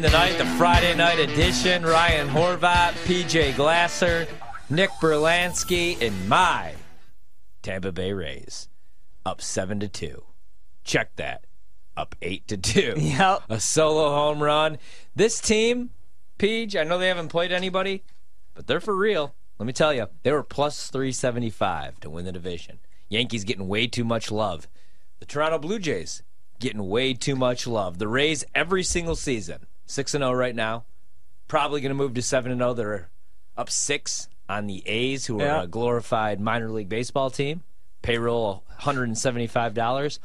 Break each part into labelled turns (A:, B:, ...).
A: tonight, the Friday night edition. Ryan Horvat, PJ Glasser, Nick Berlansky, and my Tampa Bay Rays up seven to two. Check that, up eight to two.
B: Yep.
A: A solo home run. This team, Peach. I know they haven't played anybody, but they're for real. Let me tell you, they were plus three seventy five to win the division. Yankees getting way too much love. The Toronto Blue Jays getting way too much love. The Rays every single season, 6 and 0 right now. Probably going to move to 7 and 0. They're up 6 on the A's who are
B: Yeah.
A: a glorified minor league baseball team. Payroll $175.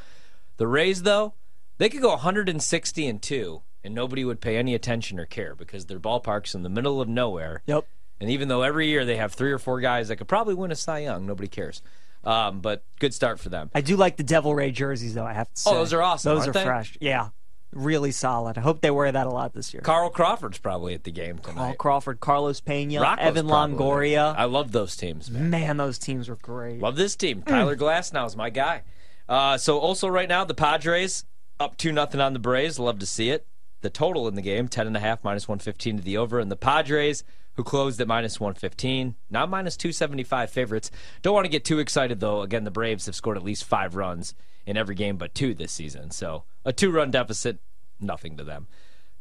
A: The Rays though, they could go 160 and 2 and nobody would pay any attention or care because their ballpark's in the middle of nowhere.
B: Yep.
A: And even though every year they have three or four guys that could probably win a Cy Young, nobody cares. Um, but good start for them.
B: I do like the Devil Ray jerseys, though. I have to say.
A: Oh, those are awesome,
B: Those
A: aren't
B: are
A: they?
B: fresh. Yeah, really solid. I hope they wear that a lot this year.
A: Carl Crawford's probably at the game
B: Paul
A: tonight.
B: Crawford, Carlos Pena,
A: Rocco's
B: Evan
A: probably.
B: Longoria.
A: I love those teams, man.
B: Man, those teams were great.
A: Love this team. Tyler Glass now is my guy. Uh, so also right now the Padres up two nothing on the Braves. Love to see it. The total in the game ten and a half minus one fifteen to the over, and the Padres who closed at minus one fifteen now minus two seventy five favorites. Don't want to get too excited though. Again, the Braves have scored at least five runs in every game but two this season, so a two run deficit, nothing to them.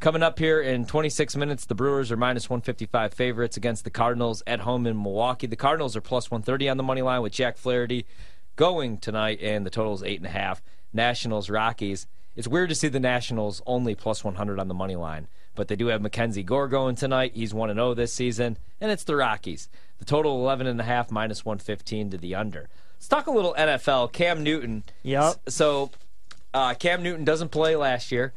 A: Coming up here in 26 minutes, the Brewers are minus 155 favorites against the Cardinals at home in Milwaukee. The Cardinals are plus 130 on the money line with Jack Flaherty going tonight, and the total is 8.5. Nationals, Rockies. It's weird to see the Nationals only plus 100 on the money line, but they do have Mackenzie Gore going tonight. He's 1 0 this season, and it's the Rockies. The total 11.5 minus 115 to the under. Let's talk a little NFL. Cam Newton.
B: Yep.
A: S- So uh, Cam Newton doesn't play last year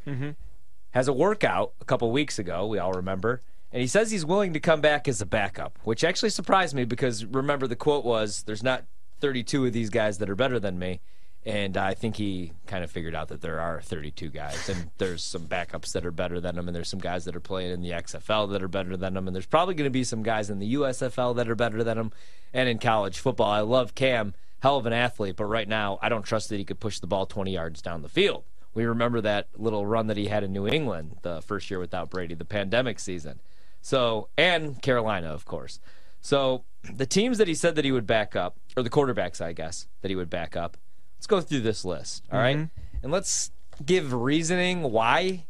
A: has a workout a couple weeks ago, we all remember, and he says he's willing to come back as a backup, which actually surprised me because remember the quote was there's not 32 of these guys that are better than me. And I think he kind of figured out that there are 32 guys, and there's some backups that are better than him, and there's some guys that are playing in the XFL that are better than him, and there's probably going to be some guys in the USFL that are better than him, and in college football. I love Cam, hell of an athlete, but right now I don't trust that he could push the ball 20 yards down the field. We remember that little run that he had in New England the first year without Brady, the pandemic season. So, and Carolina, of course. So, the teams that he said that he would back up, or the quarterbacks, I guess, that he would back up. Let's go through this list, all right? And let's give reasoning why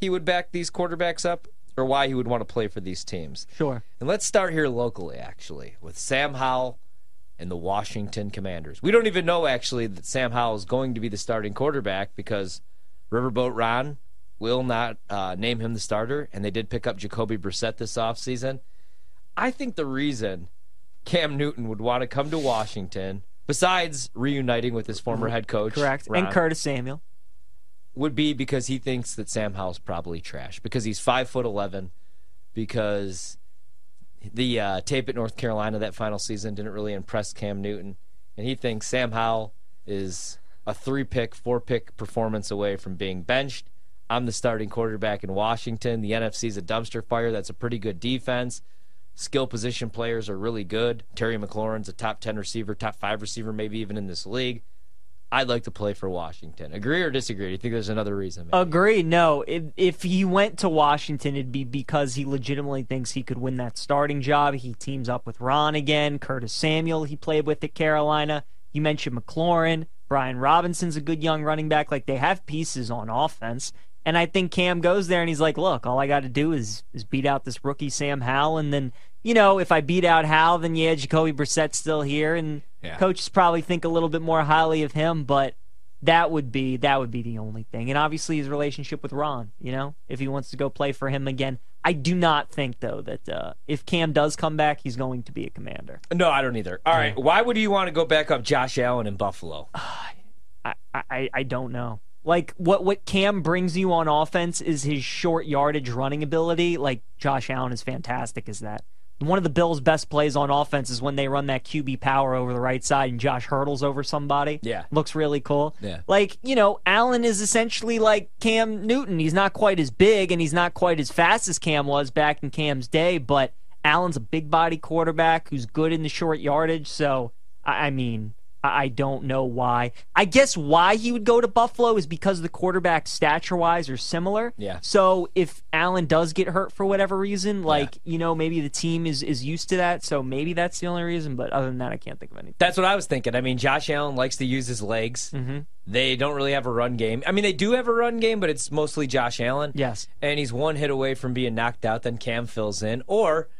A: he would back these quarterbacks up or why he would want to play for these teams.
B: Sure.
A: And let's start here locally, actually, with Sam Howell and the Washington Commanders. We don't even know, actually, that Sam Howell is going to be the starting quarterback because Riverboat Ron will not uh, name him the starter, and they did pick up Jacoby Brissett this offseason. I think the reason Cam Newton would want to come to Washington, besides reuniting with his former head coach,
B: Mm-hmm. Correct.
A: Ron,
B: And Curtis Samuel.
A: would be because he thinks that Sam Howell's probably trash because he's five foot eleven, because the uh, tape at North Carolina that final season didn't really impress Cam Newton, and he thinks Sam Howell is a three pick, four pick performance away from being benched. I'm the starting quarterback in Washington. The NFC's a dumpster fire. That's a pretty good defense. Skill position players are really good. Terry McLaurin's a top 10 receiver, top 5 receiver, maybe even in this league. I'd like to play for Washington. Agree or disagree? Do you think there's another reason? maybe?
B: Agree. No, if, if he went to Washington, it'd be because he legitimately thinks he could win that starting job. He teams up with Ron again, Curtis Samuel, he played with at Carolina. You mentioned McLaurin. Brian Robinson's a good young running back. Like they have pieces on offense. And I think Cam goes there and he's like, look, all I got to do is is beat out this rookie Sam Howell. And then, you know, if I beat out Howell, then yeah, Jacoby Brissett's still here. And
A: Yeah.
B: coaches probably think a little bit more highly of him. But that would be that would be the only thing and obviously his relationship with ron you know if he wants to go play for him again i do not think though that uh, if cam does come back he's going to be a commander
A: Uh, no, I don't either. All right. Why would you want to go back up Josh Allen in Buffalo?
B: I, I i don't know like what what cam brings you on offense is his short yardage running ability like josh allen is fantastic as that one of the Bills' best plays on offense is when they run that QB power over the right side and Josh hurdles over somebody.
A: Yeah.
B: Looks really cool.
A: Yeah.
B: Like, you know, Allen is essentially like Cam Newton. He's not quite as big and he's not quite as fast as Cam was back in Cam's day, but Allen's a big body quarterback who's good in the short yardage. So, I, I mean, I I don't know why. I guess why he would go to Buffalo is because the quarterbacks stature wise are similar.
A: Yeah.
B: So if Allen does get hurt for whatever reason, like you know maybe the team is is used to that, so maybe that's the only reason. But other than that, I can't think of anything.
A: That's what I was thinking. I mean, Josh Allen likes to use his legs. Mm-hmm. They don't really have a run game. I mean, they do have a run game, but it's mostly Josh Allen.
B: Yes.
A: And he's one hit away from being knocked out. Then Cam fills in, or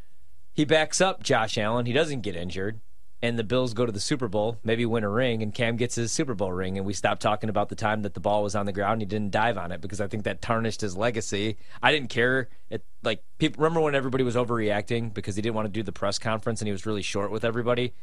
A: he backs up Josh Allen. He doesn't get injured, and the Bills go to the Super Bowl, maybe win a ring, and Cam gets his Super Bowl ring, and we stop talking about the time that the ball was on the ground. And he didn't dive on it because I think that tarnished his legacy. I didn't care. It like people remember when everybody was overreacting because he didn't want to do the press conference and he was really short with everybody.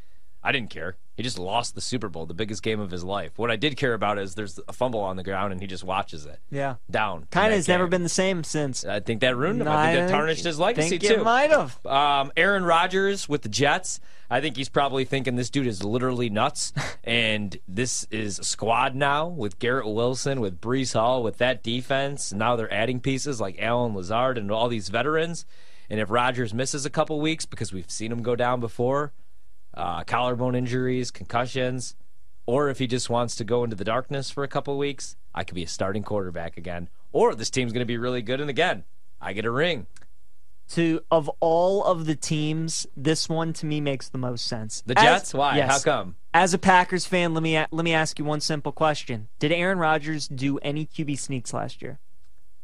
A: I didn't care. He just lost the Super Bowl, the biggest game of his life. What I did care about is there's a fumble on the ground and he just watches it
B: Yeah.
A: down. in
B: Kind
A: that
B: of has never
A: game.
B: been the same since.
A: I think that ruined him. I think that tarnished his legacy
B: think
A: too.
B: It might have.
A: Um, Aaron Rodgers with the Jets. I think he's probably thinking this dude is literally nuts. and this is a squad now with Garrett Wilson, with Brees Hall, with that defense. And now they're adding pieces like Alan Lazard and all these veterans. And if Rodgers misses a couple weeks, because we've seen him go down before, uh, collarbone injuries, concussions, or if he just wants to go into the darkness for a couple weeks, I could be a starting quarterback again. Or this team's going to be really good. And again, I get a ring.
B: to of all of the teams, this one to me makes the most sense.
A: The
B: As-
A: Jets? Why?
B: Yes.
A: How come?
B: As a Packers fan, let me a- let me ask you one simple question: Did Aaron Rodgers do any QB sneaks last year?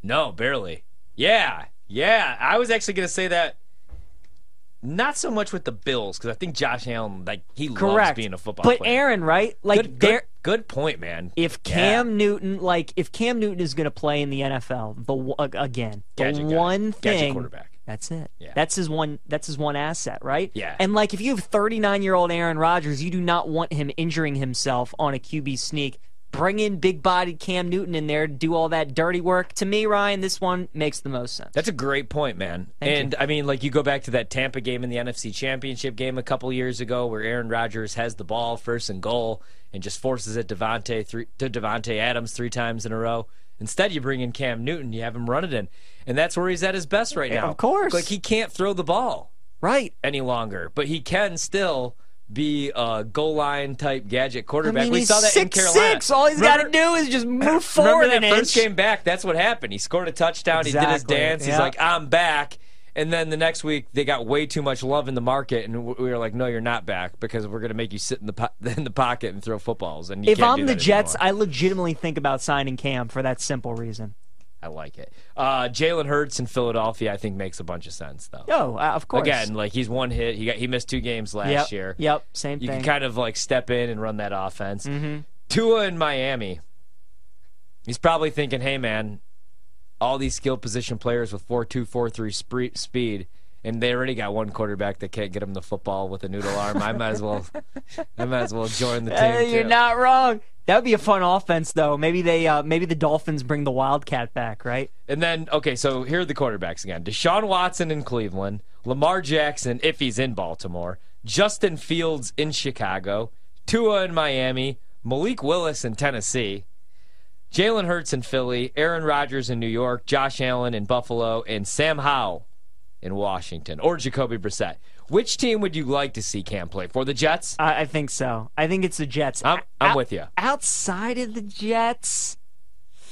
A: No, barely. Yeah, yeah. I was actually gonna say that. Not so much with the Bills because I think Josh Allen, like he loves
B: Correct.
A: being a football
B: But
A: player.
B: Aaron, right? Like
A: good,
B: there.
A: good, good point, man.
B: If Cam Newton, like if Cam Newton is going to play in the NFL, the w- ag- again, the
A: Gadget guy.
B: one
A: Gadget
B: thing
A: quarterback.
B: That's it.
A: Yeah.
B: That's his one. That's his one asset, right?
A: Yeah.
B: And like, if you have 39 year old Aaron Rodgers, you do not want him injuring himself on a QB sneak. Bring in big bodied Cam Newton in there to do all that dirty work. To me, Ryan, this one makes the most sense.
A: That's a great point, man. and I mean, like you go back to that Tampa game in the NFC Championship game a couple years ago, where Aaron Rodgers has the ball first and goal and just forces it Devontae three, to Devontae Adams three times in a row. Instead, you bring in Cam Newton, you have him run it in, and that's where he's at his best right now.
B: Eh, Of course.
A: like he can't throw the ball.
B: right.
A: any longer, but he can still be a goal line type gadget quarterback.
B: I mean,
A: we
B: he's
A: saw that in
B: six,
A: Carolina.
B: six. All he's got to
A: Remember-
B: do is just move
A: Remember
B: forward
A: that
B: an
A: first
B: inch.
A: game back? That's what happened. He scored a touchdown. He did his
B: Exactly,
A: dance. He's
B: yeah.
A: like, I'm back. And then the next week, they got way too much love in the market, and w- we were like, "No, you're not back because we're going to make you sit in the po- in the pocket and throw footballs." And you
B: If
A: can't do
B: I'm the
A: that
B: Jets,
A: anymore.
B: I legitimately think about signing Cam for that simple reason.
A: I like it. Uh, Jalen Hurts in Philadelphia, I think, makes a bunch of sense though.
B: Oh, uh, of course.
A: Again, like he's one hit. He got he missed two games last
B: yep.
A: year.
B: Yep. Same
A: You
B: thing.
A: can kind of like step in and run that offense.
B: Mhm.
A: Tua in Miami. He's probably thinking, "Hey, man, all these skill position players with four-two, four-three spree- speed, and they already got one quarterback that can't get him the football with a noodle arm. I might as well, I might as well join the team."
B: Uh, you're
A: too."
B: not wrong. That would be a fun offense, though. Maybe they, uh, maybe the Dolphins bring the Wildcat back, right?
A: And then, okay, so here are the quarterbacks again: Deshaun Watson in Cleveland, Lamar Jackson if he's in Baltimore, Justin Fields in Chicago, Tua in Miami, Malik Willis in Tennessee, Jalen Hurts in Philly, Aaron Rodgers in New York, Josh Allen in Buffalo, and Sam Howell in Washington, or Jacoby Brissett. Which team would you like to see Cam play for? The Jets?
B: I, I think so. I think it's the Jets.
A: I'm, I'm
B: Out-
A: with you.
B: Outside of the Jets,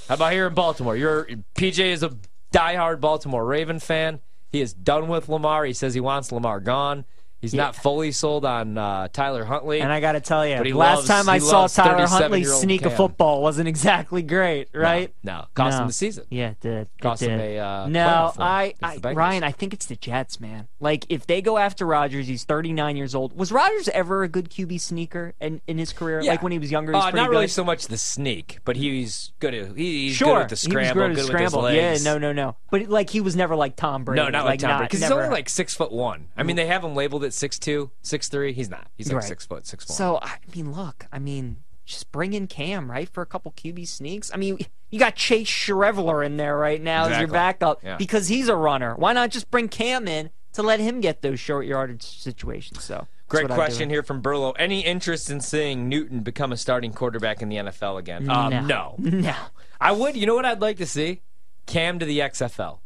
A: How about here in Baltimore? Your PJ is a diehard Baltimore Raven fan. He is done with Lamar. He says he wants Lamar gone. He's not fully sold on uh, Tyler Huntley.
B: and I got to tell you,
A: he
B: last
A: loves-
B: time I
A: he
B: saw
A: loves
B: Tyler Huntley
A: 37-year-old
B: sneak a
A: Cam.
B: football wasn't exactly great, right?
A: no, cost him
B: No.
A: the season.
B: Yeah, it did. It
A: Cost him
B: did.
A: a, uh,
B: no,
A: playoff run
B: I,
A: against
B: I
A: the Bengals.
B: Ryan, I think it's the Jets, man. Like if they go after Rodgers, he's 39 years old. Was Rodgers ever a good QB sneaker in, in his career?
A: Yeah.
B: Like when he was younger, he was
A: Uh,
B: pretty
A: not really
B: good.
A: so much the sneak, but he's good. At, he- he's
B: Sure,
A: good with the scramble.
B: he was good at
A: with
B: scramble.
A: his legs.
B: Yeah, no, no, no. But like he was never like Tom Brady.
A: No, not like Tom because he's
B: never.
A: only like six foot one. I mean, they have him labeled at six two, six three. He's not. He's like
B: Right.
A: six foot, six one.
B: So I mean, look, I mean, just bring in Cam right for a couple QB sneaks. I mean, you got Chase Shreveler in there right now as your
A: Exactly.
B: backup
A: Yeah.
B: because he's a runner. Why not just bring Cam in to let him get those short yardage situations? So that's
A: Great
B: what I'd
A: question
B: do.
A: here from Burlow. Any interest in seeing Newton become a starting quarterback in the NFL again? Um, no.
B: No,
A: I would. You know what I'd like to see? Cam to the XFL.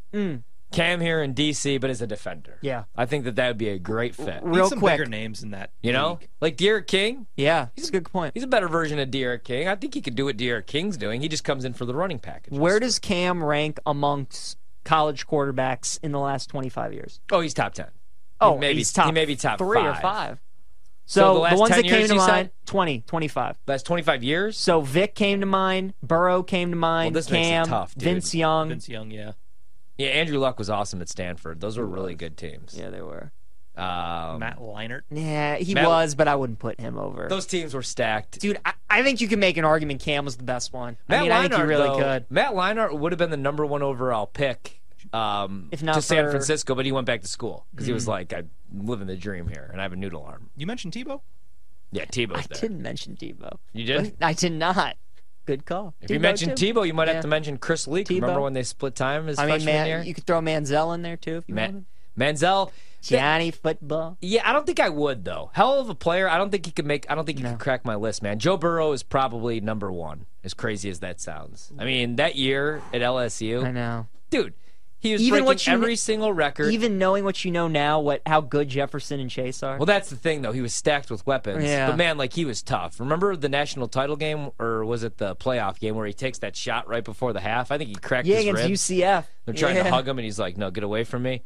A: Cam here in DC, but as a defender.
B: Mm. Yeah.
A: I think that that would be a great fit.
B: Real
C: some
B: quick.
C: bigger names in that.
A: You know,
C: league.
A: like Derek King.
B: Yeah, it's a good point.
A: He's a better version of Derek King. I think he could do what Derek King's doing. He just comes in for the running package.
B: Where does Cam rank amongst college quarterbacks in the last 25 years?
A: Oh, he's top ten.
B: Oh,
A: may be-
B: he's top
A: he may be top
B: three or
A: five.
B: five.
A: So
B: So,
A: the
B: the,
A: last
B: ones
A: 10
B: that came
A: years,
B: to
A: you
B: mind,
A: said?
B: 20, 25.
A: Last twenty five years.
B: So Vic came to mind, Burrow came to mind,
A: this makes it
B: Cam,
A: tough, dude.
B: Vince Young.
C: Vince Young, yeah.
A: Yeah, Andrew Luck was awesome at Stanford. Those were really good teams.
B: Yeah, they were.
A: Um,
C: Matt Leinart.
B: Yeah, he
A: Matt-
B: was, but I wouldn't put him over.
A: those teams were stacked.
B: Dude, I, I think you can make an argument Cam was the best one. I mean, I think he
A: Leinart,
B: really
A: though-
B: could.
A: Matt Leinart would have been the number one overall pick um,
B: If not
A: to San
B: for- Mm-hmm.
A: Francisco, but he went back to school because he was like, I'm living the dream here, and I have a noodle arm.
C: You mentioned Tebow.
A: Yeah, Tebow's
B: I
A: there.
B: didn't mention Debo.
A: You did?
B: I did not. Good call.
A: If you mentioned
B: too.
A: Tebow, you might
B: Yeah.
A: have to mention Chris Leak. Remember
B: Tebow.
A: when they split time his
B: I mean,
A: freshman
B: man,
A: year?
B: you could throw Manziel in there too if you
A: Ma-
B: want. him.
A: Manziel.
B: Johnny football.
A: Yeah, I don't think I would though. Hell of a player. I don't think he could make. I don't think he could crack my list, man. Joe Burrow is probably number one. As crazy as that sounds, I mean that year at LSU,
B: I know.
A: dude, he was
B: Even
A: breaking
B: what you
A: every
B: kn-
A: single record.
B: Even knowing what you know now, what how good Jefferson and Chase are.
A: Well, that's the thing, though. He was stacked with weapons.
B: Yeah.
A: But man, like he was tough. Remember the national title game, or was it the playoff game where he takes that shot right before the half? I think he cracked
B: yeah,
A: his
B: against
A: ribs.
B: UCF.
A: They're trying
B: Yeah.
A: to hug him, and he's like, "No, get away from me."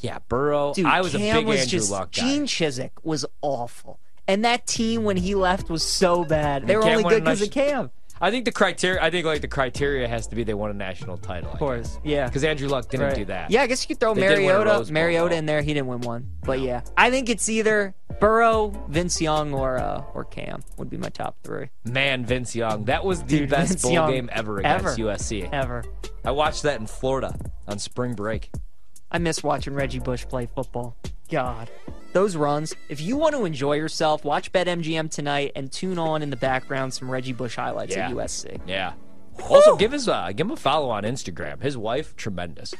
A: Yeah, Burrow.
B: Dude,
A: I was
B: Cam
A: a big
B: was
A: Andrew
B: just,
A: Luck guy.
B: Gene Chiswick was awful, and that team when he left was so bad. They were
A: Cam
B: only
A: won a
B: good because of
A: nice-
B: Cam.
A: I think the criteria. I think like the criteria has to be they won a national title. Of
B: course, yeah.
A: Because Andrew Luck didn't
B: Right.
A: do that.
B: Yeah, I guess you could throw
A: They did win a Rose
B: Mariota,
A: Bowl,
B: Mariota
A: though.
B: in there. He didn't win one, but yeah, I think it's either Burrow, Vince Young, or uh, or Cam would be my top three
A: Man, Vince Young. That was the
B: Dude,
A: best
B: Vince
A: bowl
B: Young
A: game ever against
B: ever.
A: USC.
B: ever.
A: I watched that in Florida on spring break.
B: I miss watching Reggie Bush play football. God. Those runs. If you want to enjoy yourself, watch BetMGM tonight and tune on in the background some Reggie Bush highlights
A: Yeah.
B: at USC.
A: Yeah. Also, give his uh, give him a follow on Instagram. His wife, tremendous.